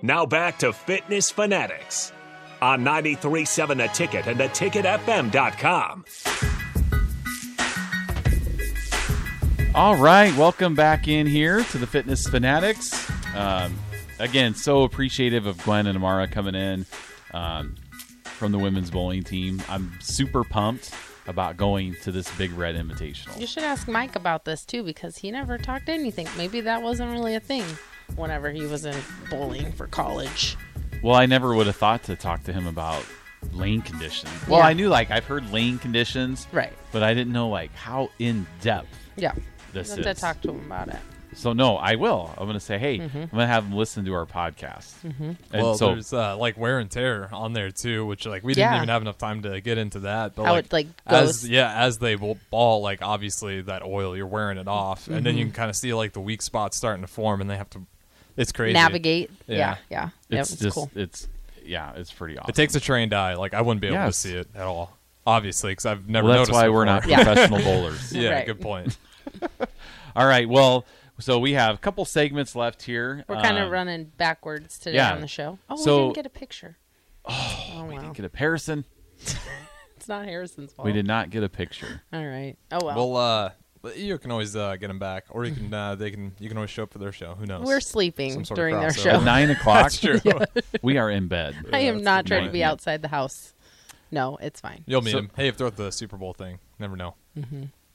Now back to Fitness Fanatics on 937 The Ticket and theticketfm.com. All right, welcome back in here to the Fitness Fanatics. Um, again, so appreciative of Gwen and Amara coming in um, from the women's bowling team. I'm super pumped about going to this Big Red Invitational. You should ask Mike about this too because he never talked anything. Maybe that wasn't really a thing whenever he was in bowling for college. Well, I never would have thought to talk to him about lane conditions. Well, Yeah. I knew like I've heard lane conditions, Right. But I didn't know like how in depth Yeah. this You have is. to talk Mm-hmm. to him about it. so no, I will. I'm gonna say, hey, I'm gonna have them listen to our podcast. Mm-hmm. And well, so there's uh, like wear and tear on there too, which like we Yeah. didn't even have enough time to get into that. But How like, it, like, as goes. yeah, as they will ball, like obviously that oil you're wearing it off, and then you Mm-hmm. can kind of see like the weak spots starting to form, and they have to. It's crazy. Navigate. Yeah. Yeah. Yeah. Yep, it's just cool. it's yeah, it's pretty awesome. It takes a trained eye. Like I wouldn't be able Yes. to see it at all, obviously, because I've never. well, that's noticed why it we're not before. Yeah. professional bowlers. Yeah, Right. good point. All right. Well, so we have a couple segments left here. We're kind of Um, running backwards today yeah. on the show. Oh, So- we didn't get a picture. Oh, We wow. didn't get a Harrison. it's not Harrison's fault. We did not get a picture. All right. Oh, well. well, uh, you can always uh, get them back, or you can uh, they can you can always show up for their show. Who knows? Mm-hmm. We're sleeping Some sort of during their crossover. show. At nine o'clock, That's true. we are in bed. I Yeah, am that's not good trying to point. be outside the house. No, it's fine. You'll meet So- him. Hey, if they're at the Super Bowl thing, never know.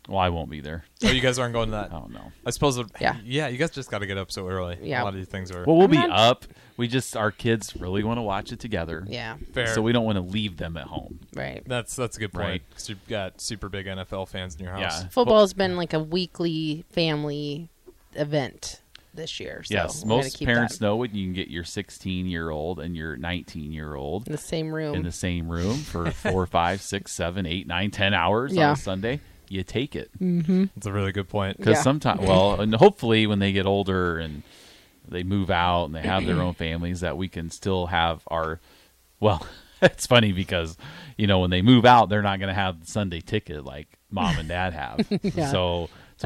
Well, I won't be there. Oh, you guys aren't going to that. I don't know. I suppose. It, Yeah. yeah. You guys just got to get up so early. Yeah. A lot of these things are. Well, we'll be not- up. We just our kids really want to watch it together. Yeah. fair. So we don't want to leave them at home. Right. That's that's a good point. Right. 'cause you've got super big NFL fans in your house. Yeah. Football's been like a weekly family event this year. So yes, we're gonna most keep parents that know it. You can get your 16 year old and your 19 year old in the same room. in the same room for four, five, six, seven, eight, nine, ten hours on Yeah. a Mm, Sunday. You take it. That's a really good point. because Yeah. sometimes well and hopefully when they get older and they move out and they have their own families that we can still have our well it's funny because you know when they move out they're not going to have the sunday ticket like mom and dad have so to That's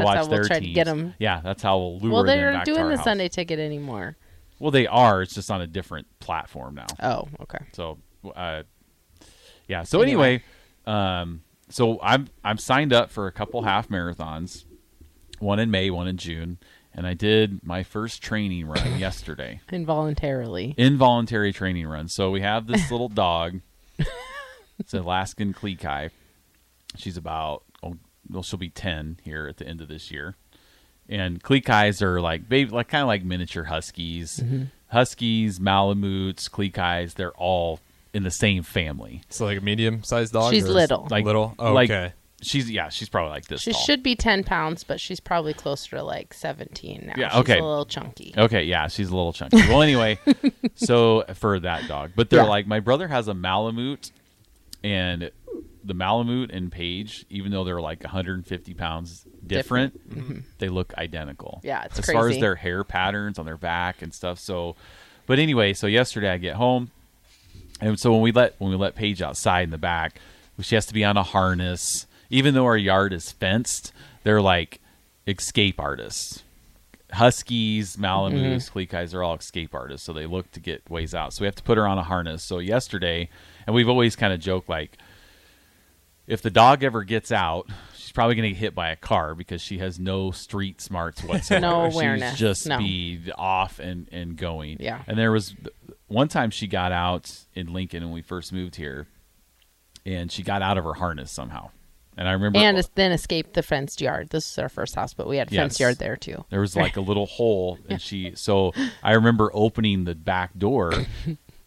watch how we'll their try to teams get 'em. yeah that's how we'll lure well, them they're back to doing our the house. Sunday ticket anymore. well they are it's just on a different platform now Oh, okay. so, uh, yeah. So anyway, um, so I'm I'm signed up for a couple half marathons, one in May, one in June, and I did my first training run yesterday, Involuntarily. involuntary training run. So we have this little dog. It's an Alaskan Klekai. She's about oh, well, she'll be ten here at the end of this year. And Klekais are like baby, like kind of like miniature huskies, Mm-hmm. huskies, Malamutes, Klekais. They're all in the same family. So like a medium sized dog. She's or- little. Like little. Oh, like, okay. She's yeah, she's probably like this. She tall. should be 10 pounds, but she's probably closer to like 17 now. Yeah, She's okay. a little chunky. Okay, yeah, she's a little chunky. Well, anyway, so for that dog, but they're Yeah. like my brother has a Malamute, and the Malamute and Paige, even though they're like 150 pounds different, they look identical. Mm-hmm. Yeah, it's as far as crazy. their hair patterns on their back and stuff. So, but anyway, so yesterday I get home, and so when we let when we let Paige outside in the back, she has to be on a harness. Even though our yard is fenced, they're like escape artists. Huskies, Malamutes, Mm-hmm. Kleekais are all escape artists, so they look to get ways out. So we have to put her on a harness. So yesterday, and we've always kind of joked like, if the dog ever gets out, she's probably going to get hit by a car because she has no street smarts whatsoever. No She's awareness, just no. be off and and going. Yeah. And there was one time she got out in Lincoln when we first moved here, and she got out of her harness somehow. And I remember And es- then escaped the fenced yard. This is our first house, but we had a Yes. fenced yard there too. there was like a little hole, and she. So I remember opening the back door,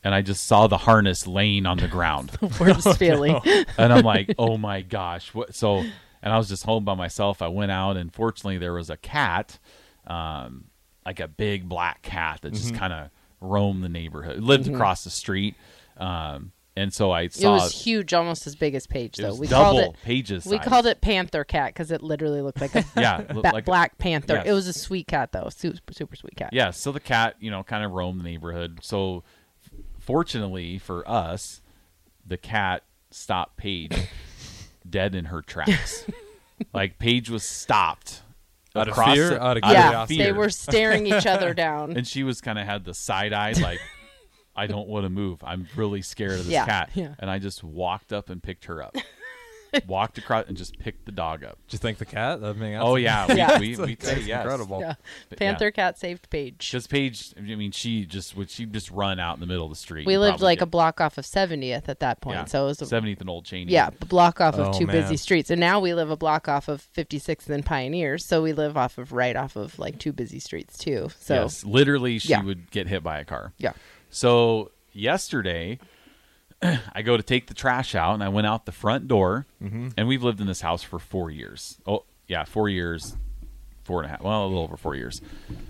and I just saw the harness laying on the ground. Worst feeling. and I'm like, oh my gosh, what? So, and I was just home by myself. I went out, and fortunately, there was a cat, um, like a big black cat that just kind of roamed the neighborhood, lived across the street, um, and so I It saw was huge, almost as big as Paige, it though. was we double called it. pages. We called it Panther Cat because it literally looked like a yeah, ba- looked like a- Black Panther. Yes. It was a sweet cat though, super, super sweet cat. yeah. So the cat, you know, kind of roamed the neighborhood. So fortunately for us, the cat stopped Paige dead in her tracks. like Paige was stopped. Out of across fear? the- Out of yeah. curiosity. They were staring each other down. and she was kind of had the side eye like I don't want to move. I'm really scared of this Yeah, cat. yeah. And I just walked up and picked her up. walked across and just picked the dog up. Did you thank the cat? I mean, Oh yeah, we Yeah. we, we that's say yes. incredible. Yeah. But yeah. Panther cat saved Paige. Just Paige. I mean, she just would she just run out in the middle of the street. we and lived probably like get- a block off of 70th at that point. yeah, So it was a, 70th and Old Cheney. yeah, a block off Oh, of two man. busy streets. And now we live a block off of 56th and Pioneers. So we live off of right off of like two busy streets too. So yes, literally, she Yeah. would get hit by a car. yeah. So yesterday, I go to take the trash out, and I went out the front door, and we've lived in this house for four years. Oh, yeah, four years, four and a half. Well, a little over four years.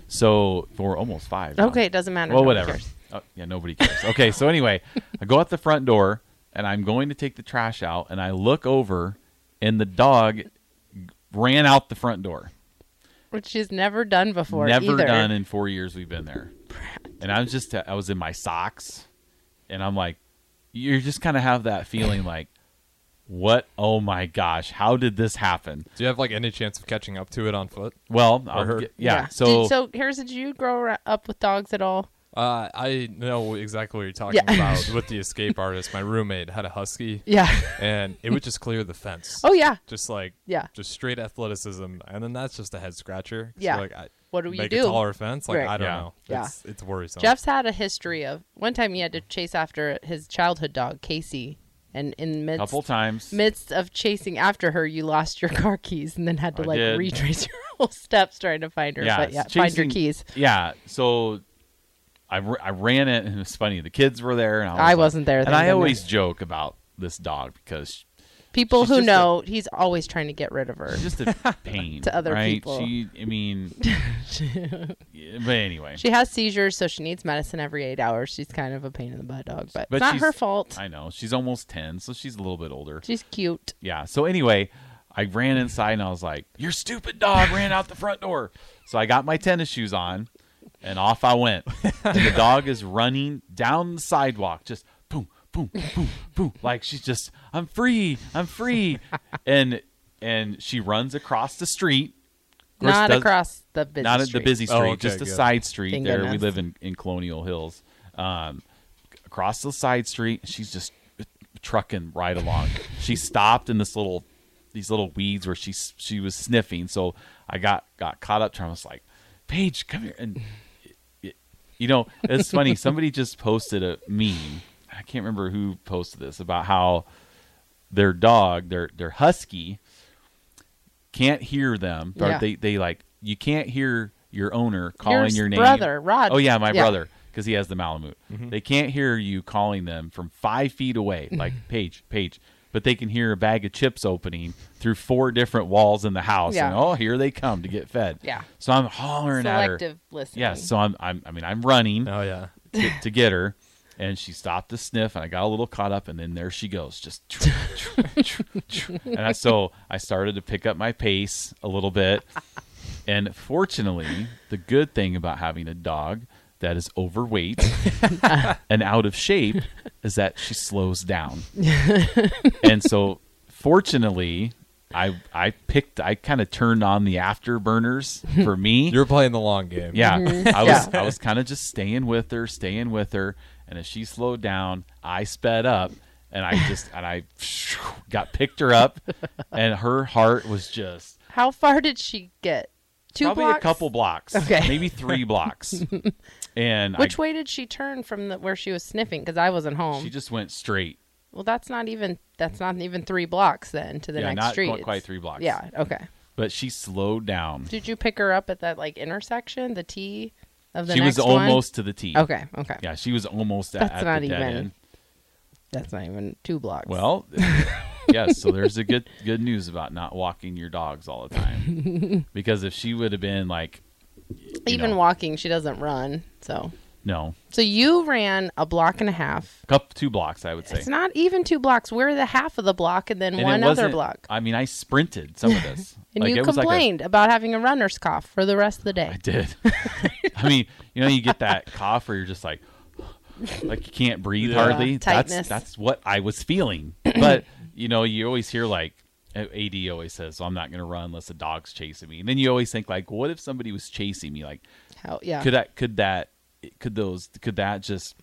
So four, almost five. now. Okay, it doesn't matter. Well, Nobody whatever. cares. Oh, yeah, nobody cares. Okay, so anyway, I go out the front door, and I'm going to take the trash out, and I look over, and the dog ran out the front door. Which she's never done before Never either. done in four years we've been there. And I was just I was in my socks, and I'm like, you just kind of have that feeling like, what? Oh my gosh, how did this happen? Do you have like any chance of catching up to it on foot? Well, I'll her. get- yeah, Did- So so here's did you grow ra- up with dogs at all? Uh, I know exactly what you're talking Yeah. about with the escape artist. My roommate had a husky, Yeah. and it would just clear the fence. oh yeah. just like Yeah. just straight athleticism, and then that's just a head scratcher. 'Cause Yeah. you're like I, What do you make do? a taller fence? Like Right. I don't Yeah. know. Yeah. It's, it's Oh. worrisome. Jeff's had a history of one time he had to chase after his childhood dog Casey, and in a midst couple times. midst of chasing after her, you lost your car keys and then had to I like did. retrace your whole steps trying to find her. but yeah, find your chasing- keys. Yeah, so I, r- I ran it, and it was funny. The kids were there, and I, was I like- wasn't there, And thank I goodness. always joke about this dog because People she's who just a- know he's always trying to get rid of her. she's just a pain To other right? people. She, I mean, Yeah, but anyway, She has seizures, so she needs medicine every eight hours. She's kind of a pain in the butt dog, but, But it's not she's- her fault. I know she's almost ten, so she's a little bit older. She's cute. yeah. So anyway, I ran inside and I was like, "Your stupid dog ran out the front door." So I got my tennis shoes on, and off I went. And the dog is running down the sidewalk, just boom, boom, boom, boom, like she's just, "I'm free, I'm free," and and she runs across the street. Of course, Not does- across the busy not at street. the busy Oh, street, okay, just a good. side street. Thank there we goodness. live in, in Colonial Hills. Um, across the side street, she's just trucking right along. she stopped in this little these little weeds where she s- she was sniffing. So I got got caught up to her. I was like, Paige, come here. And you know, it's funny. Somebody just posted a meme. I can't remember who posted this about how their dog, their their husky, can't hear them. Or Yeah. they they like you can't hear your owner calling Your your, name. brother, Rod. Oh yeah, my Yeah. Mm-hmm. brother, because he has the Malamute. They can't hear you calling them from five feet away, like Paige, Paige. But they can hear a bag of chips opening through four different walls in the house, and Yeah. oh, here they come to get fed. Yeah. So I'm hollering at her. Selective listening. Yes, so I'm, I'm I mean I'm running Oh yeah. to, to get her, and she stopped to sniff, and I got a little caught up, and then there she goes, just. choo, choo, choo, choo. and I, so I started to pick up my pace a little bit, and fortunately, the good thing about having a dog that is overweight and out of shape is that she slows down, and so fortunately. I, I picked I kind of turned on the afterburners for me. You're playing the long game. Yeah, Mm-hmm. I was I Yeah. was kind of just staying with her, staying with her, and as she slowed down, I sped up, and I just and I got picked her up, and her heart was just How far did she get? Two probably blocks? a couple blocks, Okay. maybe three blocks, and Which I, way did she turn from the, where she was sniffing? Because I wasn't home. she just went straight. well, that's not even that's not even three blocks then to the yeah, next not street. quite, quite three blocks. Yeah. Okay. but she slowed down. Did you pick her up at that like intersection, the T of the She next was almost to the T. One? Okay. Okay. Yeah, she was almost at, That's at not the dead even- end. That's not even two blocks. Well, uh, yes. So there's the good good news about not walking your dogs all the time, because if she would have been like, even know. walking, she doesn't run. So, no, so you ran a block and a half. cup two blocks, I would say. It's not even two blocks. We're the half of the block and then And it one other wasn't- block. I mean, I sprinted some of this. And Like, you it was like a- complained about having a runner's cough for the rest of the I day. did. I mean, you know, you get that cough where you're just like, like you can't breathe Yeah. hardly. That's Tightness. that's what I was feeling. But you know, you always hear like AD always says, "So I'm not going to run unless a dog's chasing me." And then you always think like, "What if somebody was chasing me?" Like, How, yeah. could that could that could those could that just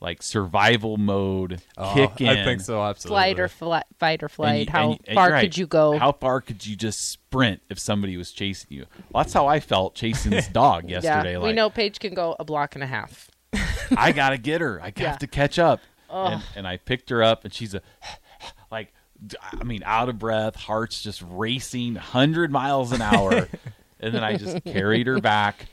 like survival mode Oh, kick in. I think so, absolutely. Flight or flight, fight or And you- flight. How and you- and far you're right. could you go? How far could you just sprint if somebody was chasing you? Well, that's how I felt chasing this dog yesterday. yeah, like, we know Paige can go a block and a half. I gotta get her. I Yeah. have to catch up. And, and I picked her up, and she's a like, d- I mean, out of breath, heart's just racing, hundred miles an hour, and then I just carried her back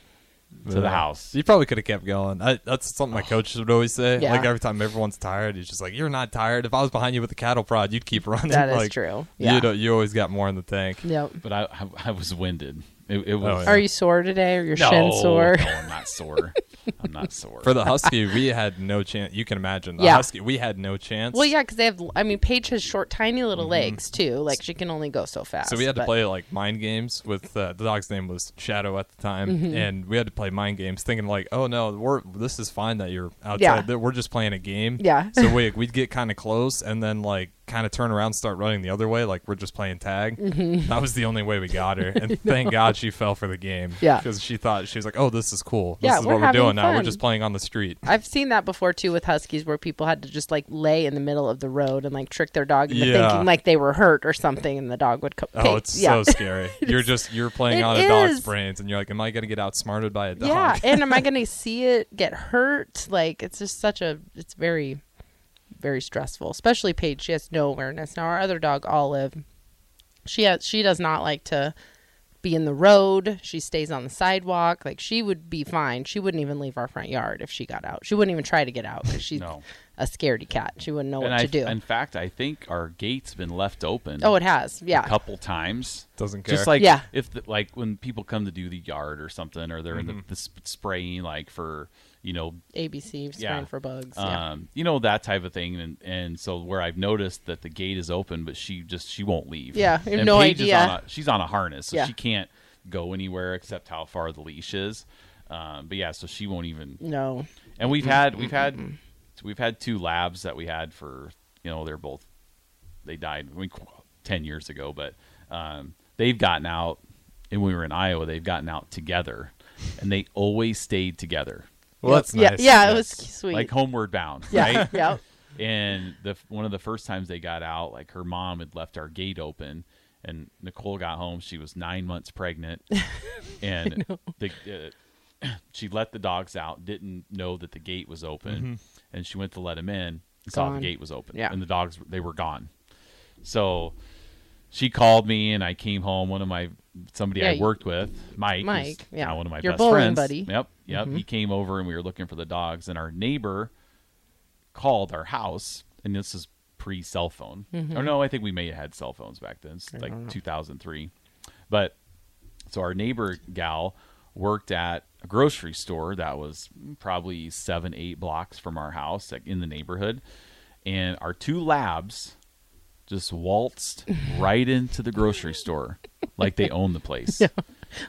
to the Yeah. house. You probably could have kept going. I, that's something my coaches would always say. Yeah. Like every time everyone's tired, he's just like, "You're not tired." If I was behind you with a cattle prod, you'd keep running. That is Like, true. You Yeah. do you always got more in the tank. Yep. But I, I, I was winded. It, it was. Oh, yeah. Are you sore today? Or your no, shin sore? No, I'm not sore. I'm not sore. For the husky, we had no chance. You can imagine the Yeah. husky. We had no chance. Well, yeah, because they have. I mean, Paige has short, tiny little legs too. Like she can only go so fast. So we had to but- play like mind games with uh, the dog's name was Shadow at the time, Mm-hmm. and we had to play mind games, thinking like, "Oh no, we're this is fine that you're outside. Yeah. that We're just playing a game." Yeah. So we we'd get kind of close, and then like kind of turn around, and start running the other way, like we're just playing tag. Mm-hmm. That was the only way we got her, and thank God she fell for the game. Yeah. Because she thought she was like, "Oh, this is cool. Yeah, this is we're what we're having doing now. We're fun." just playing on the street." I've seen that before too with huskies, where people had to just like lay in the middle of the road and like trick their dog into Yeah. thinking like they were hurt or something, and the dog would come. Oh, it's yeah. so scary. You're just you're playing It on a dog's is. brains, and you're like, "Am I gonna get outsmarted by a dog?" yeah. and am I going to see it get hurt? Like it's just such a. It's very, very stressful. Especially Paige, she has no awareness. Now our other dog Olive, she has she does not like to be in the road. She stays on the sidewalk. Like she would be fine. She wouldn't even leave our front yard if she got out. She wouldn't even try to get out because she's No. a scaredy cat. She wouldn't know and what I, to do. In fact, I think our gate's been left open. oh, it has. Yeah. a couple times. Doesn't care. Just like Yeah. if the, like when people come to do the yard or something, or they're Mm-hmm. in the, the sp- spraying like for you know, ABC spraying Yeah. for bugs. yeah. um, you know that type of thing, and and so where I've noticed that the gate is open, but she just she won't leave. Yeah, you have And no Paige is idea. on a- she's on a harness, so Yeah. she can't go anywhere except how far the leash is. Um, but yeah, so she won't even No. and we've had we've had we've had two labs that we had for you know they're both they died I mean, qu- ten years ago, but um, they've gotten out and we were in Iowa. They've gotten out together, and they always stayed together, well, that's yeah, nice. yeah, it Yes. was sweet. like homeward bound, yeah, right? yeah. And the one of the first times they got out, like her mom had left our gate open, and Nicole got home. She was nine months pregnant, and the, uh, she let the dogs out. Didn't know that the gate was open, and she went to let him in. And saw the Gone. gate was open, Yeah. and the dogs they were gone. So she called me, and I came home. One of my somebody Yeah, I you- worked with, Mike, who's Mike, yeah. now one of my Your best bowling friends, buddy. Mm-hmm. Yep, yep. He came over, and we were looking for the dogs, and our neighbor called our house, and this is pre cell phone. Or Mm-hmm. no, I think we may have had cell phones back then, it's like 2003. But so our neighbor gal worked at a grocery store that was probably seven, eight blocks from our house, like in the neighborhood, and our two labs just waltzed right into the grocery store, like they own the place.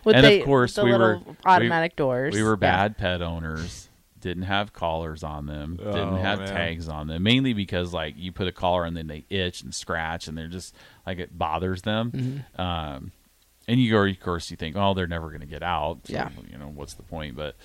With And of the, course the we were- little automatic doors. We were Yeah. bad pet owners. Didn't have collars on them. Oh, didn't have man. tags on them. Mainly because like you put a collar and then they itch and scratch and they're just like it bothers them. Mm-hmm. Um, and you go, of course, you think, oh, they're never going to get out. So, Yeah. You know what's the point? But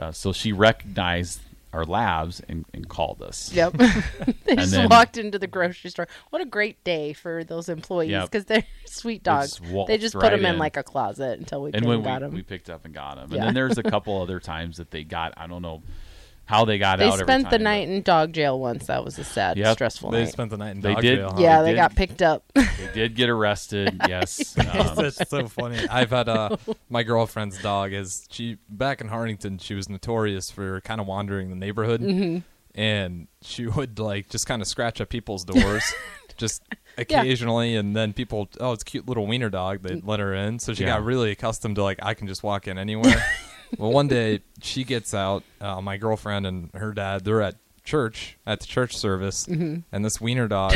uh, so she recognized our labs and, and called us. Yep. they just then- walked into the grocery store. What a great day for those employees Yep. because they're sweet just dogs. They waltzed just, put right them in, in. like a closet until we and came when and got we, them. we picked up and got them, Yeah. and then there's a couple other times that they got. I don't know how they got they out. every spent the time, but night in dog jail once. That was a sad, Yep. stressful They night. spent the night in They dog did. jail. huh? yeah, They they did. got picked up. They did get arrested. yes. Um, That's so funny. I've had uh, my girlfriend's dog is she back in Harrington. She was notorious for kind of wandering the neighborhood, and she would like just kind of scratch at people's doors, just occasionally. And then people, oh, it's a cute little wiener dog. They let her in, so she Yeah. got really accustomed to like I can just walk in anywhere. well, one day she gets out. Uh, my girlfriend and her dad, they're at church at the church service, Mm-hmm. and this wiener dog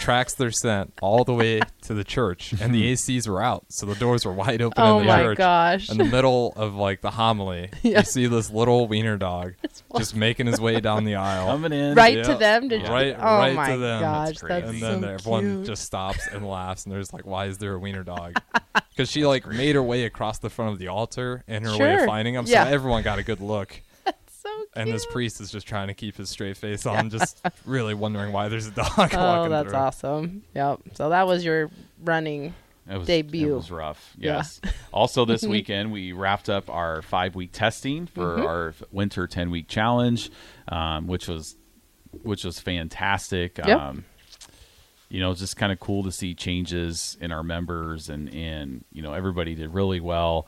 tracks their scent all the way to the church, and the ACs were out, so the doors were wide open Mm-hmm. oh in the my church. gosh. In the middle of like the homily, Yeah. you see this little wiener dog just making his way down the aisle, coming in. right to yeah. them? Did you- Right- oh right to my them. gosh, That's crazy. that's and then so everyone cute. just stops and laughs, and there's like, "Why is there a wiener dog?" Because she like made her way across the front of the altar in her way Sure. of finding him, Yeah. so everyone got a good look. so cute. and this priest is just trying to keep his straight face on, just really wondering why there's a dog Oh, walking that's through. awesome. Yep. So that was your running. It was, Debut. It was rough. Yeah. Yes. also, this weekend we wrapped up our five week testing for Mm-hmm. our winter ten week challenge, um, which was which was fantastic. Yep. Um, you know, it's just kind of cool to see changes in our members, and and you know everybody did really well.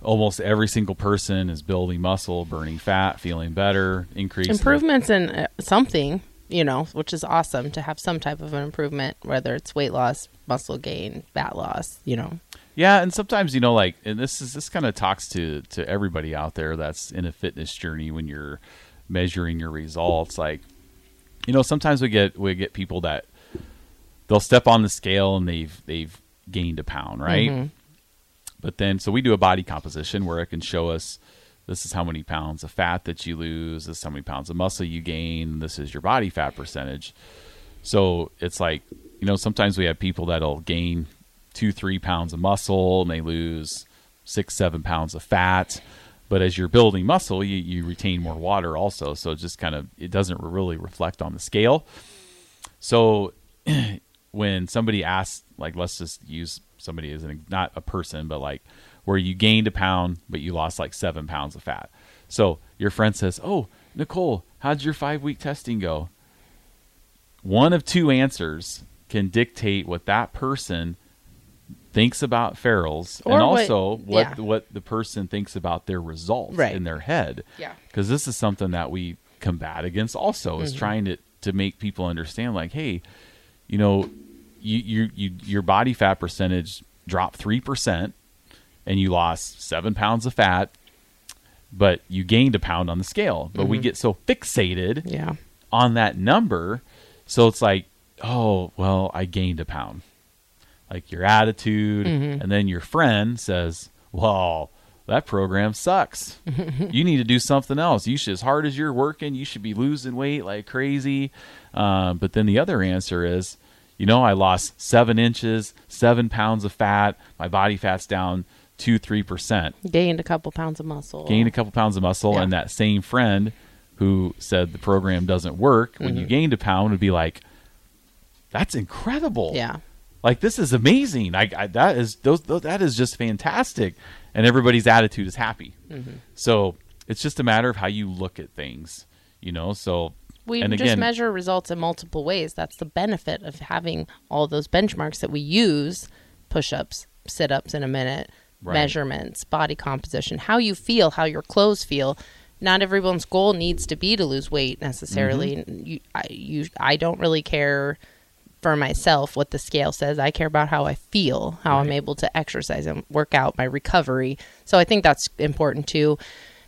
Almost every single person is building muscle, burning fat, feeling better, increasing Improvements in uh, something, you know, which is awesome to have some type of an improvement, whether it's weight loss, muscle gain, fat loss, you know. Yeah, and sometimes you know, like, and this is this kind of talks to to everybody out there that's in a fitness journey when you're measuring your results. Like, you know, sometimes we get we get people that they'll step on the scale and they've they've gained a pound, right? But then, so we do a body composition where it can show us this is how many pounds of fat that you lose, this is how many pounds of muscle you gain, this is your body fat percentage. So it's like, you know, sometimes we have people that'll gain two, three pounds of muscle and they lose six, seven pounds of fat. But as you're building muscle, you, you retain more water also. So it just kind of, it doesn't really reflect on the scale. So when somebody asks, like, let's just use somebody as an, not a person, but like where you gained a pound, but you lost like seven pounds of fat. So your friend says, Oh, Nicole, how'd your five week testing go? One of two answers can dictate what that person thinks about ferals Or and what- also what, yeah. what the person thinks about their results Right. in their head Yeah. because this is something that we combat against also is Mm-hmm. trying to to make people understand like hey you know you you, you your body fat percentage dropped 3% and you lost 7 pounds of fat but you gained a pound on the scale but we get so fixated Mm-hmm. Yeah. on that number. So it's like, oh, well, I gained a pound. Like your attitude. And then your friend says, well, that program sucks. you need to do something else. You should, as hard as you're working, you should be losing weight like crazy. Um, but then the other answer is, you know, I lost seven inches, seven pounds of fat. My body fat's down two, three percent Gained a couple pounds of muscle. gained a couple pounds of muscle, Yeah. and that same friend who said the program doesn't work when Mm-hmm. you gained a pound would be like, "That's incredible! Yeah. like this is amazing! I, I that is those, those that is just fantastic!" And everybody's attitude is happy. Mm-hmm. So it's just a matter of how you look at things, you know. So We and just again, measure results in multiple ways. That's the benefit of having all those benchmarks that we use push ups, sit ups in a minute, Right. measurements, body composition, how you feel, how your clothes feel. Not everyone's goal needs to be to lose weight necessarily. You, I, you, I don't really care for myself what the scale says. I care about how I feel, how I'm able to exercise and work out my recovery. So I think that's important too.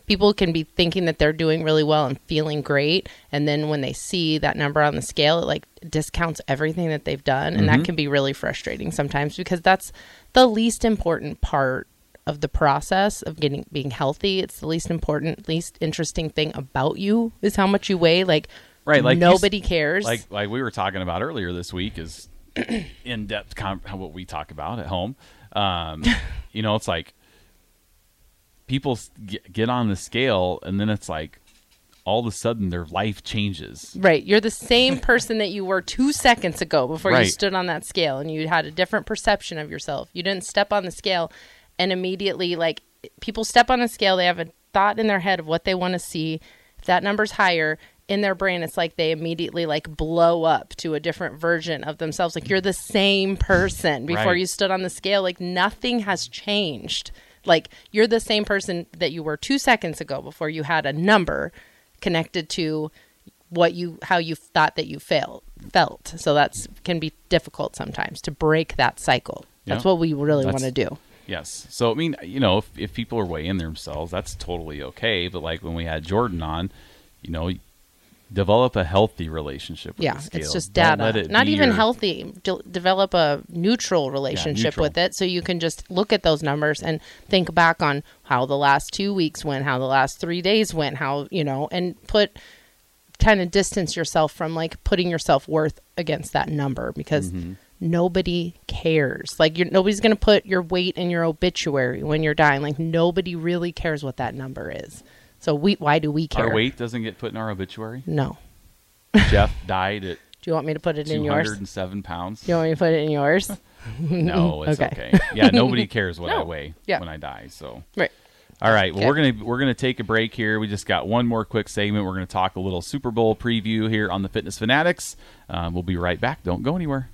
People can be thinking that they're doing really well and feeling great, and then when they see that number on the scale, it like discounts everything that they've done, and that can be really frustrating sometimes because that's the least important part of the process of getting being healthy. It's the least important, least interesting thing about you is how much you weigh. Like, Right, like you s- nobody cares. like like we were talking about earlier this week is in depth com- what we talk about at home. Um, you know, it's like people s- get, get on the scale, and then it's like all of a sudden their life changes. Right. You're the same person that you were two seconds ago before you Right. stood on that scale and you had a different perception of yourself. You didn't step on the scale and immediately, like, people step on a scale, they have a thought in their head of what they want to see. If that number's higher, in their brain, it's like they immediately like blow up to a different version of themselves. Like you're the same person before Right. you stood on the scale. Like nothing has changed. Like you're the same person that you were two seconds ago before you had a number connected to what you how you thought that you failed felt so that's can be difficult sometimes to break that cycle that's Yeah. what we really want That's- to do Yes. So I mean, you know, if, if people are weighing themselves, that's totally okay. But like when we had Jordan on, you know, develop a healthy relationship. With yeah the scale. it's just Don't data let it not be even your- healthy De- develop a neutral relationship neutral. with it so you can just look at those numbers and think back on how the last two weeks went how the last three days went how you know and put kind of distance yourself from like putting yourself worth against that number because Mm-hmm. nobody cares. Like you're, nobody's going to put your weight in your obituary when you're dying. Like nobody really cares what that number is. So we, why do we care? Our weight doesn't get put in our obituary. No. Jeff died at Do you want me to put it in yours? Do 207 pounds. you want me to put it in yours? No, it's Okay. okay. Yeah, nobody cares what I No. weigh Yeah. when I die. So, Right. all right. Well, Okay. we're gonna we're gonna take a break here. We just got one more quick segment. We're gonna talk a little Super Bowl preview here on the Fitness Fanatics. Um, we'll be Uh, right back. Don't go anywhere.